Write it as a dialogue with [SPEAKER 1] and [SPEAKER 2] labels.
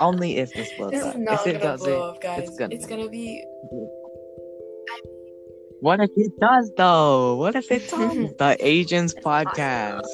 [SPEAKER 1] Only if this blows
[SPEAKER 2] This
[SPEAKER 1] up.
[SPEAKER 2] is not
[SPEAKER 1] If it
[SPEAKER 2] gonna
[SPEAKER 1] doesn't,
[SPEAKER 2] blow up, guys.
[SPEAKER 1] it's gonna.
[SPEAKER 2] be.
[SPEAKER 1] What if it does though? What if it
[SPEAKER 2] Mhm.
[SPEAKER 1] does? the Agents podcast.